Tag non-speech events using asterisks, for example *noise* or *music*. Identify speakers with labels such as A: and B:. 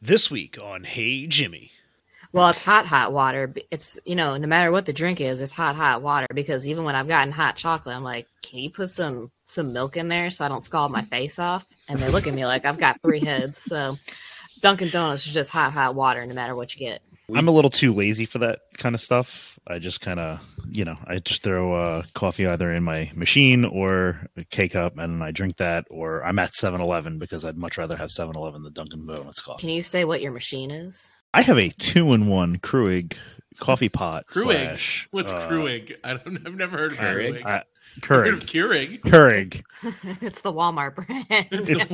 A: This week on Hey Jimmy.
B: Well, it's hot, hot water. It's you know, no matter what the drink is, it's hot, hot water. Because even when I've gotten hot chocolate, I'm like, can you put some some milk in there so I don't scald my face off? And they look at me like I've got three heads. So Dunkin' Donuts is just hot, hot water, no matter what you get.
C: I'm a little too lazy for that kind of stuff. I just kind of, you know, I just throw uh, coffee either in my machine or a K cup and I drink that, or I'm at 7 Eleven because I'd much rather have 7 Eleven than Dunkin' Donuts coffee.
B: Can you say what your machine *laughs* is?
C: I have a two in one Kruig coffee pot.
D: Kruig?
C: slash,
D: What's
C: uh,
D: Kruig? I don't. I've never heard of
C: Keurig?
D: Kruig.
C: I-
D: I've heard of
C: Keurig.
D: Keurig.
C: Keurig.
B: it's the Walmart brand.
D: *laughs* It's the